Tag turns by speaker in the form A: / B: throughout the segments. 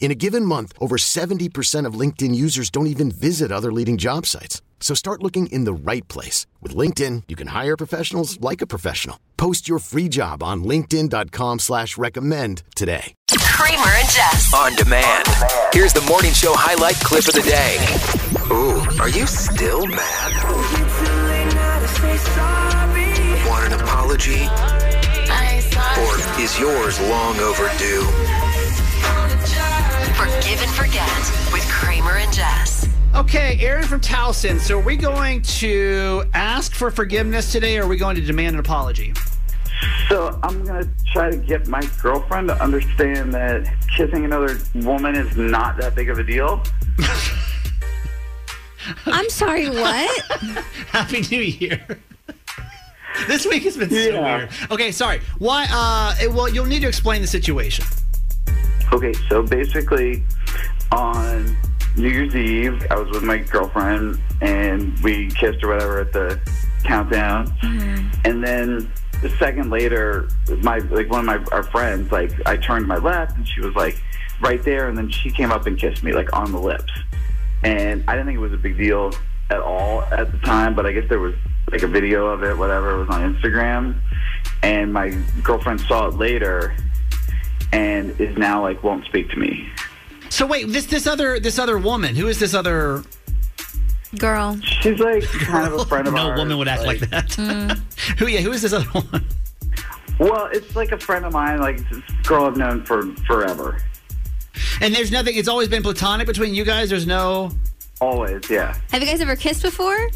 A: In a given month, over 70% of LinkedIn users don't even visit other leading job sites. So start looking in the right place. With LinkedIn, you can hire professionals like a professional. Post your free job on linkedin.com slash recommend today.
B: Kramer and Jess.
C: On demand. Here's the morning show highlight clip of the day. Ooh, are you still mad? Want an apology? Or is yours long overdue?
B: Forgive and forget with Kramer and Jess.
D: Okay, Aaron from Towson. So, are we going to ask for forgiveness today, or are we going to demand an apology?
E: So I'm gonna try to get my girlfriend to understand that kissing another woman is not that big of a deal.
F: I'm sorry, what?
D: Happy New Year. this week has been so
E: Yeah.
D: weird. Okay, sorry. Why? Uh, eh, well, you'll need to explain the situation.
E: Okay, so basically, on New Year's Eve, I was with my girlfriend and we kissed or whatever at the countdown, and then a second later, my like one of my our friends, like I turned to my left and she was like right there, and then she came up and kissed me like on the lips, and I didn't think it was a big deal at all at the time, but I guess there was like a video of it, whatever, it was on Instagram, and my girlfriend saw it later and is now like won't speak to me.
D: So, wait this this other this other woman. Who is this other?
F: Girl.
E: She's like kind of a friend of
D: no
E: ours.
D: woman would act like, that. who? Yeah. Who is this other one?
E: Well, it's like a friend of mine, like it's this girl I've known for forever.
D: And there's nothing. It's always been platonic between you guys. There's no.
E: Always, yeah.
F: Have you guys ever kissed before?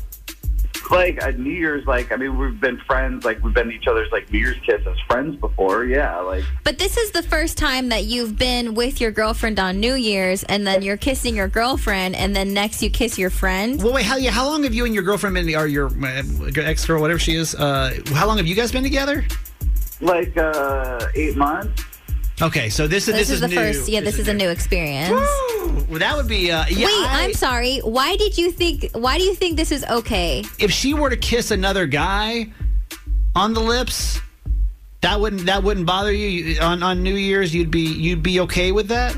E: Like at New Year's, like I mean, we've been friends, like we've been each other's like New Year's kiss as friends before, yeah. Like
F: But this is the first time that you've been with your girlfriend on New Year's and then you're kissing your girlfriend and then next you kiss your friend.
D: Well, wait. How? Yeah. How long have you and your girlfriend been? Or your ex girl, whatever she is. Uh, how long have you guys been together?
E: like uh eight months.
D: Okay. So this,
F: This,
D: this
F: is, the
D: new.
F: first, yeah, this is a new experience.
D: Ooh, well, that would be. Uh, yeah,
F: Wait,
D: I-
F: I'm sorry. Why did you think why do you think this is okay?
D: If she were to kiss another guy on the lips, that wouldn't that wouldn't bother you You- on on New Year's. You'd be you'd be okay with that.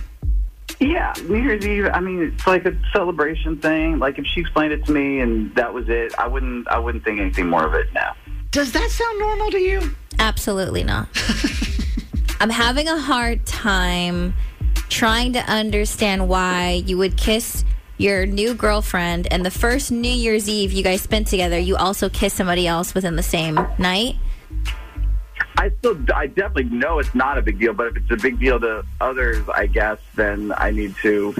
E: Yeah, New Year's Eve. I mean, it's like a celebration thing. Like if she explained it to me and that was it, I wouldn't. I wouldn't think anything more of it now.
D: Does that sound normal to you?
F: Absolutely not. I'm having a hard time trying to understand why you would kiss your new girlfriend and the first New Year's Eve you guys spent together, you also kiss somebody else within the same night.
E: I still, I definitely know it's not a big deal, but if it's a big deal to others, I guess, then I need to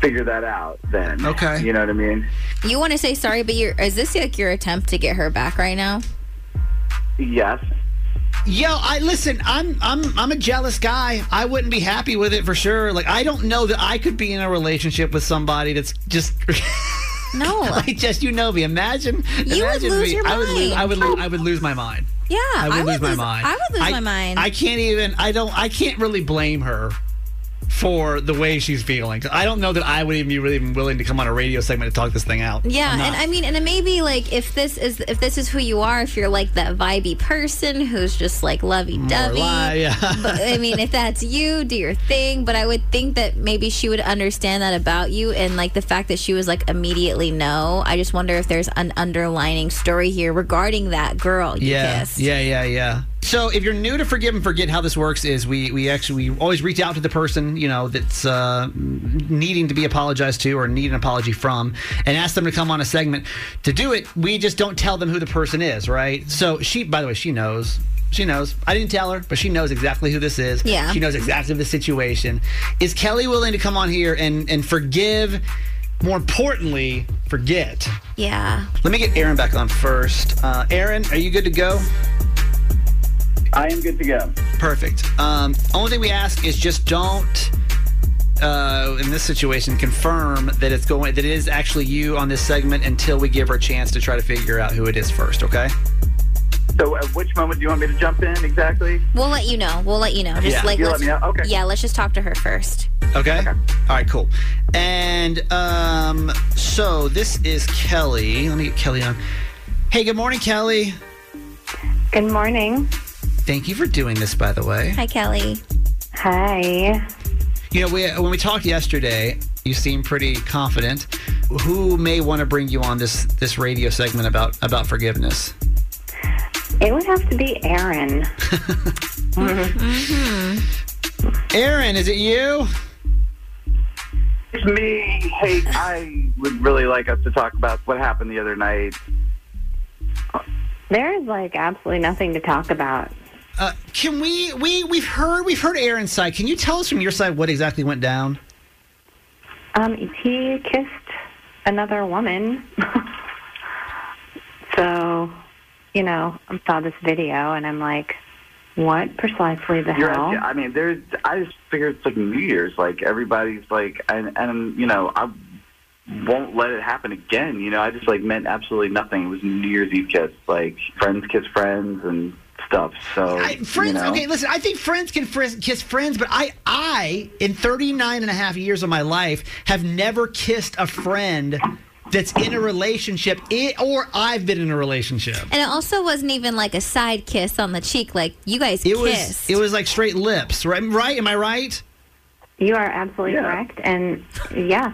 E: figure that out then.
D: Okay.
E: You know what I mean?
F: You want to say sorry, but you're, is this like your attempt to get her back right now?
E: Yes.
D: Yo, I listen. I'm I'm I'm a jealous guy. I wouldn't be happy with it for sure. Like I don't know that I could be in a relationship with somebody that's just.
F: No.
D: like just you know me. Imagine
F: You would
D: imagine
F: lose
D: me.
F: your
D: I would lose.
F: mind. Oh.
D: I would lose. I would lose my mind.
F: Yeah,
D: I would, lose, my mind.
F: I would lose my mind.
D: I can't even. I don't. I can't really blame her for the way she's feeling. I don't know that I would even be really even willing to come on a radio segment to talk this thing out.
F: yeah,
D: I'm not.
F: and I mean, and maybe like if this is if this is who you are, if you're like that vibey person who's just like lovey
D: Or
F: dovey,
D: lie, yeah.
F: but I mean, if that's you, do your thing. But I would think that maybe she would understand that about you, and like the fact that she was like immediately no. I just wonder if there's an underlining story here regarding that girl you
D: Yeah,
F: kissed.
D: yeah, yeah, yeah. So if you're new to Forgive and Forget, how this works is we we actually we always reach out to the person you know that's uh, needing to be apologized to or need an apology from, and ask them to come on a segment. To do it, we just don't tell them who the person is, right? So she, by the way, she knows. She knows. I didn't tell her, but she knows exactly who this is.
F: Yeah.
D: She knows exactly the situation. Is Kelly willing to come on here and, and forgive? More importantly, forget.
F: Yeah.
D: Let me get Aaron back on first. Uh, Aaron, are you good to go?
E: I am good to go.
D: Perfect. Um, only thing we ask is just don't, uh, in this situation, confirm that it's going that it is actually you on this segment until we give her a chance to try to figure out who it is first. Okay?
E: So at which moment do you want me to jump in exactly?
F: We'll let you know. We'll let you know. Just
D: Yeah.
F: like
E: You'll
F: let's,
E: let me know? Okay.
F: Yeah, let's just talk to her first.
D: okay. All right. Cool. And um, so this is Kelly. Let me get Kelly on. Hey, good morning, Kelly.
G: Good morning.
D: Thank you for doing this, by the way.
F: Hi, Kelly.
G: Hi.
D: You know, we, when we talked yesterday, you seemed pretty confident. Who may want to bring you on this this radio segment about about forgiveness?
G: It would have to be Aaron.
D: Aaron, is it you?
E: It's me. Hey, I would really like us to talk about what happened the other night.
G: There is like absolutely nothing to talk about.
D: Uh, can we we we've heard we've heard Aaron's side. Can you tell us from your side what exactly went down?
G: Um, he kissed another woman. so, you know, I saw this video and I'm like, what precisely the
E: You're,
G: hell?
E: I mean, there's. I just figured it's like New Year's. Like everybody's like, and and you know, I won't let it happen again. You know, I just like meant absolutely nothing. It was a New Year's Eve kiss. Like friends kiss friends and stuff. So
D: I, friends,
E: you know.
D: okay, listen, I think friends can fris- kiss friends, but I I in 39 and a half years of my life have never kissed a friend that's in a relationship i or I've been in a relationship.
F: And it also wasn't even like a side kiss on the cheek. Like you guys
D: It
F: kissed.
D: was it was like straight lips, right? Right? Am I right?
G: you are absolutely
E: Yeah.
G: correct. And yeah,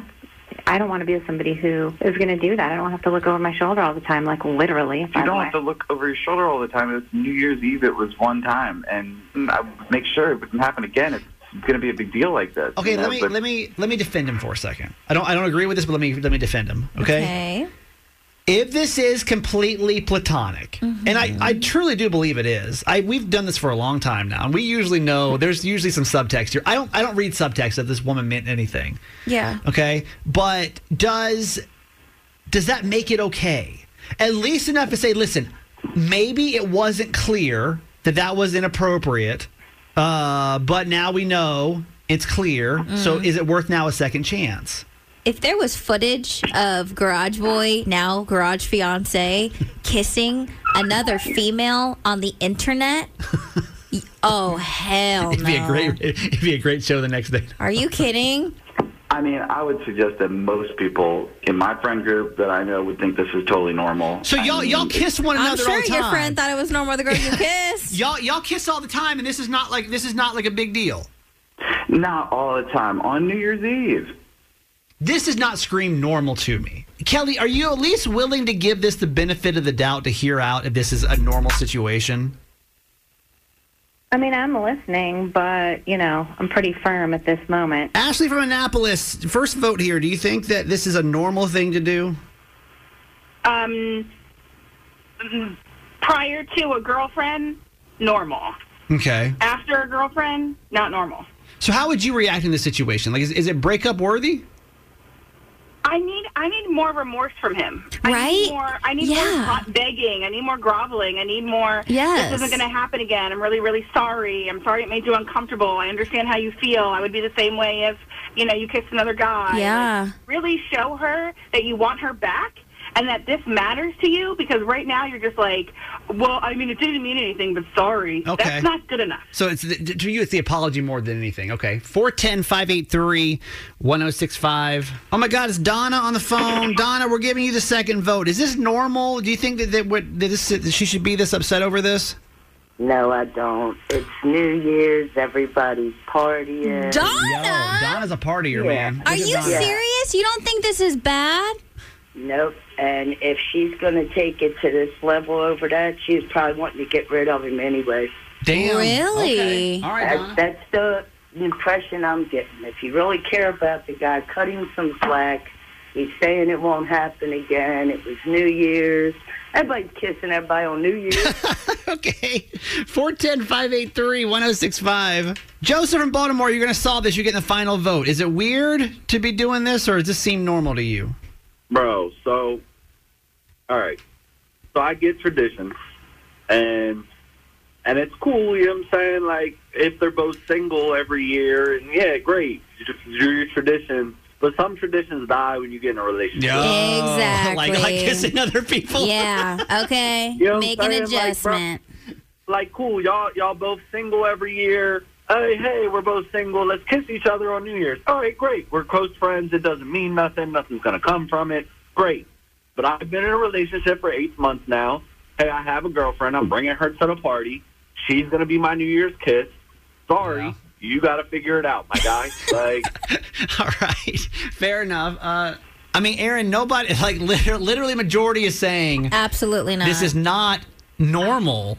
G: I don't want to be with somebody who is going to do that. I don't have to look over my shoulder all the time, like literally. by
E: You
G: the
E: don't
G: way.
E: have to look over your shoulder all the time. It's New Year's Eve. It was one time, and I would make sure it wouldn't happen again. It's going to be a big deal like this.
D: Okay,
E: you know,
D: let me
E: but-
D: let me let me defend him for a second. I don't I don't agree with this, but let me let me defend him. okay.
F: okay.
D: if this is completely platonic
F: Mm-hmm.
D: and I, I truly do believe it is I, we've done this for a long time now and we usually know there's usually some subtext here i don't i don't read subtext if this woman meant anything
F: Yeah.
D: okay but does does that make it okay at least enough to say listen maybe it wasn't clear that that was inappropriate uh, but now we know it's clear
F: Mm.
D: so is it worth now a second chance
F: If there was footage of Garage Boy, now Garage Fiance, kissing another female on the internet, y- oh hell
D: it'd
F: no!
D: be a great it'd be a great show the next day
F: Are you kidding?
E: I mean, I would suggest that most people in my friend group that I know would think this is totally normal.
D: So
E: I
D: y'all
E: mean,
D: y'all kiss one
F: I'm
D: another all
F: sure
D: the time.
F: your friend thought it was normal the girl you kissed.
D: y'all y'all kiss all the time, and this is not like this is not like a big deal.
E: Not all the time. On New Year's Eve.
D: This is not scream normal to me. Kelly, are you at least willing to give this the benefit of the doubt to hear out if this is a normal situation?
G: I mean, I'm listening, but, you know, I'm pretty firm at this moment.
D: Ashley from Annapolis, first vote here. Do you think that this is a normal thing to do?
H: um, mm, prior to a girlfriend, normal.
D: Okay.
H: After a girlfriend, not normal.
D: So how would you react in this situation? Like, is, is it breakup worthy?
H: I need I need more remorse from him. I
F: Right?
H: need more. I need
F: Yeah.
H: more gro- begging. I need more groveling. I need more.
F: Yes.
H: This isn't going to happen again. I'm really really sorry. I'm sorry it made you uncomfortable. I understand how you feel. I would be the same way if you know you kissed another guy.
F: Yeah.
H: Like, really show her that you want her back. And that this matters to you because right now you're just like, well, I mean, it didn't mean anything, but sorry.
D: Okay.
H: That's not good enough.
D: So it's the, to you, it's the apology more than anything. Okay. 410 583 1065. Oh my God, it's Donna on the phone. Donna, we're giving you the second vote. Is this normal? Do you think that, that, what, that, this, that she should be this upset over this?
I: No, I don't. It's New Year's. Everybody's partying.
F: Donna,
D: Donna's a partier, man.
F: are you serious? You don't think this is bad?
I: Nope. And if she's going to take it to this level over that, she's probably wanting to get rid of him anyway.
D: Damn.
F: Really?
D: Okay. All right,
I: That's,
D: Donna.
I: that's the impression I'm getting. If you really care about the guy, cut him some slack He's saying it won't happen again. It was New Year's. Everybody's kissing everybody on New Year's.
D: Okay. 410 583 1065. Joseph from Baltimore, you're going to solve this. You're getting the final vote. Is it weird to be doing this, or does this seem normal to you?
E: Bro, so all right. So I get traditions and and it's cool, you know what I'm saying? Like if they're both single every year and yeah, great. You just do your tradition. But some traditions die when you get in a relationship.
F: Exactly.
D: Oh, Like, like kissing other people.
F: Yeah. Okay.
E: You know what
F: Make
E: I'm
F: an
E: saying? Like, bro-
F: adjustment.
E: Like cool, y'all y'all both single every year. Hey, hey, we're both single. Let's kiss each other on New Year's. All right, great. We're close friends. It doesn't mean nothing. Nothing's gonna come from it. Great. But I've been in a relationship for eight months now. Hey, I have a girlfriend. I'm bringing her to the party. She's gonna be my New Year's kiss. Sorry,
D: Yeah.
E: you got to figure it out, my guy. like,
D: All right. Fair enough. Uh, I mean, Aaron, nobody, like, literally, literally majority is saying
F: Uh-huh. Absolutely not.
D: this is not normal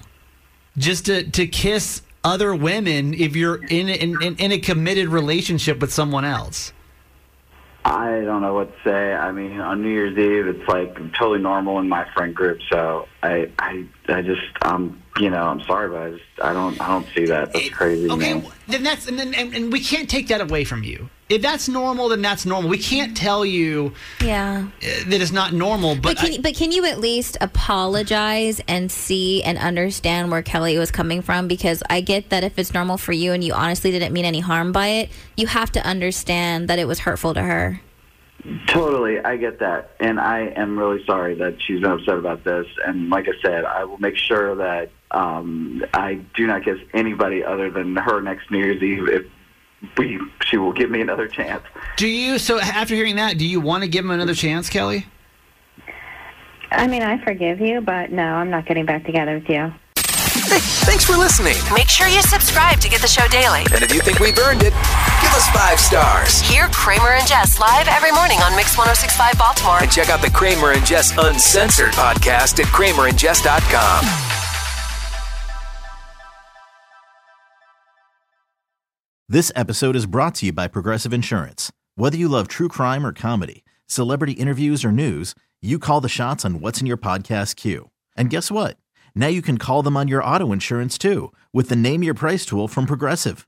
D: just to, to kiss other women if you're in, in, in, in a committed relationship with someone else.
E: I don't know what to say. I mean, on New Year's Eve, it's like totally normal in my friend group. So I, I, I just, um, you know, I'm sorry, but I just, I don't, I don't see that. That's crazy.
D: Okay,
E: man.
D: w- then that's and then and, and we can't take that away from you. If that's normal, then that's normal. We can't tell you
F: yeah.
D: uh, that it's not normal. But,
F: But can, but can you at least apologize and see and understand where Kelly was coming from? Because I get that if it's normal for you and you honestly didn't mean any harm by it, you have to understand that it was hurtful to her.
E: Totally, I get that, and I am really sorry that she's been upset about this. And like I said, I will make sure that um, I do not kiss anybody other than her next New Year's Eve if we, she will give me another chance.
D: I, do you? So after hearing that, do you want to give him another chance, Kelly?
G: I mean, I forgive you, but no, I'm not getting back together with you.
C: Hey, thanks for listening.
B: Make sure you subscribe to get the show daily.
C: And if you think we've earned it, give us five stars.
B: Hear Kramer and Jess live every morning on Mix 1065 Baltimore.
C: And check out the Kramer and Jess Uncensored podcast at kramerandjess.com.
J: This episode is brought to you by Progressive Insurance. Whether you love true crime or comedy, celebrity interviews or news, you call the shots on what's in your podcast queue. And guess what? Now you can call them on your auto insurance too with the Name Your Price tool from Progressive.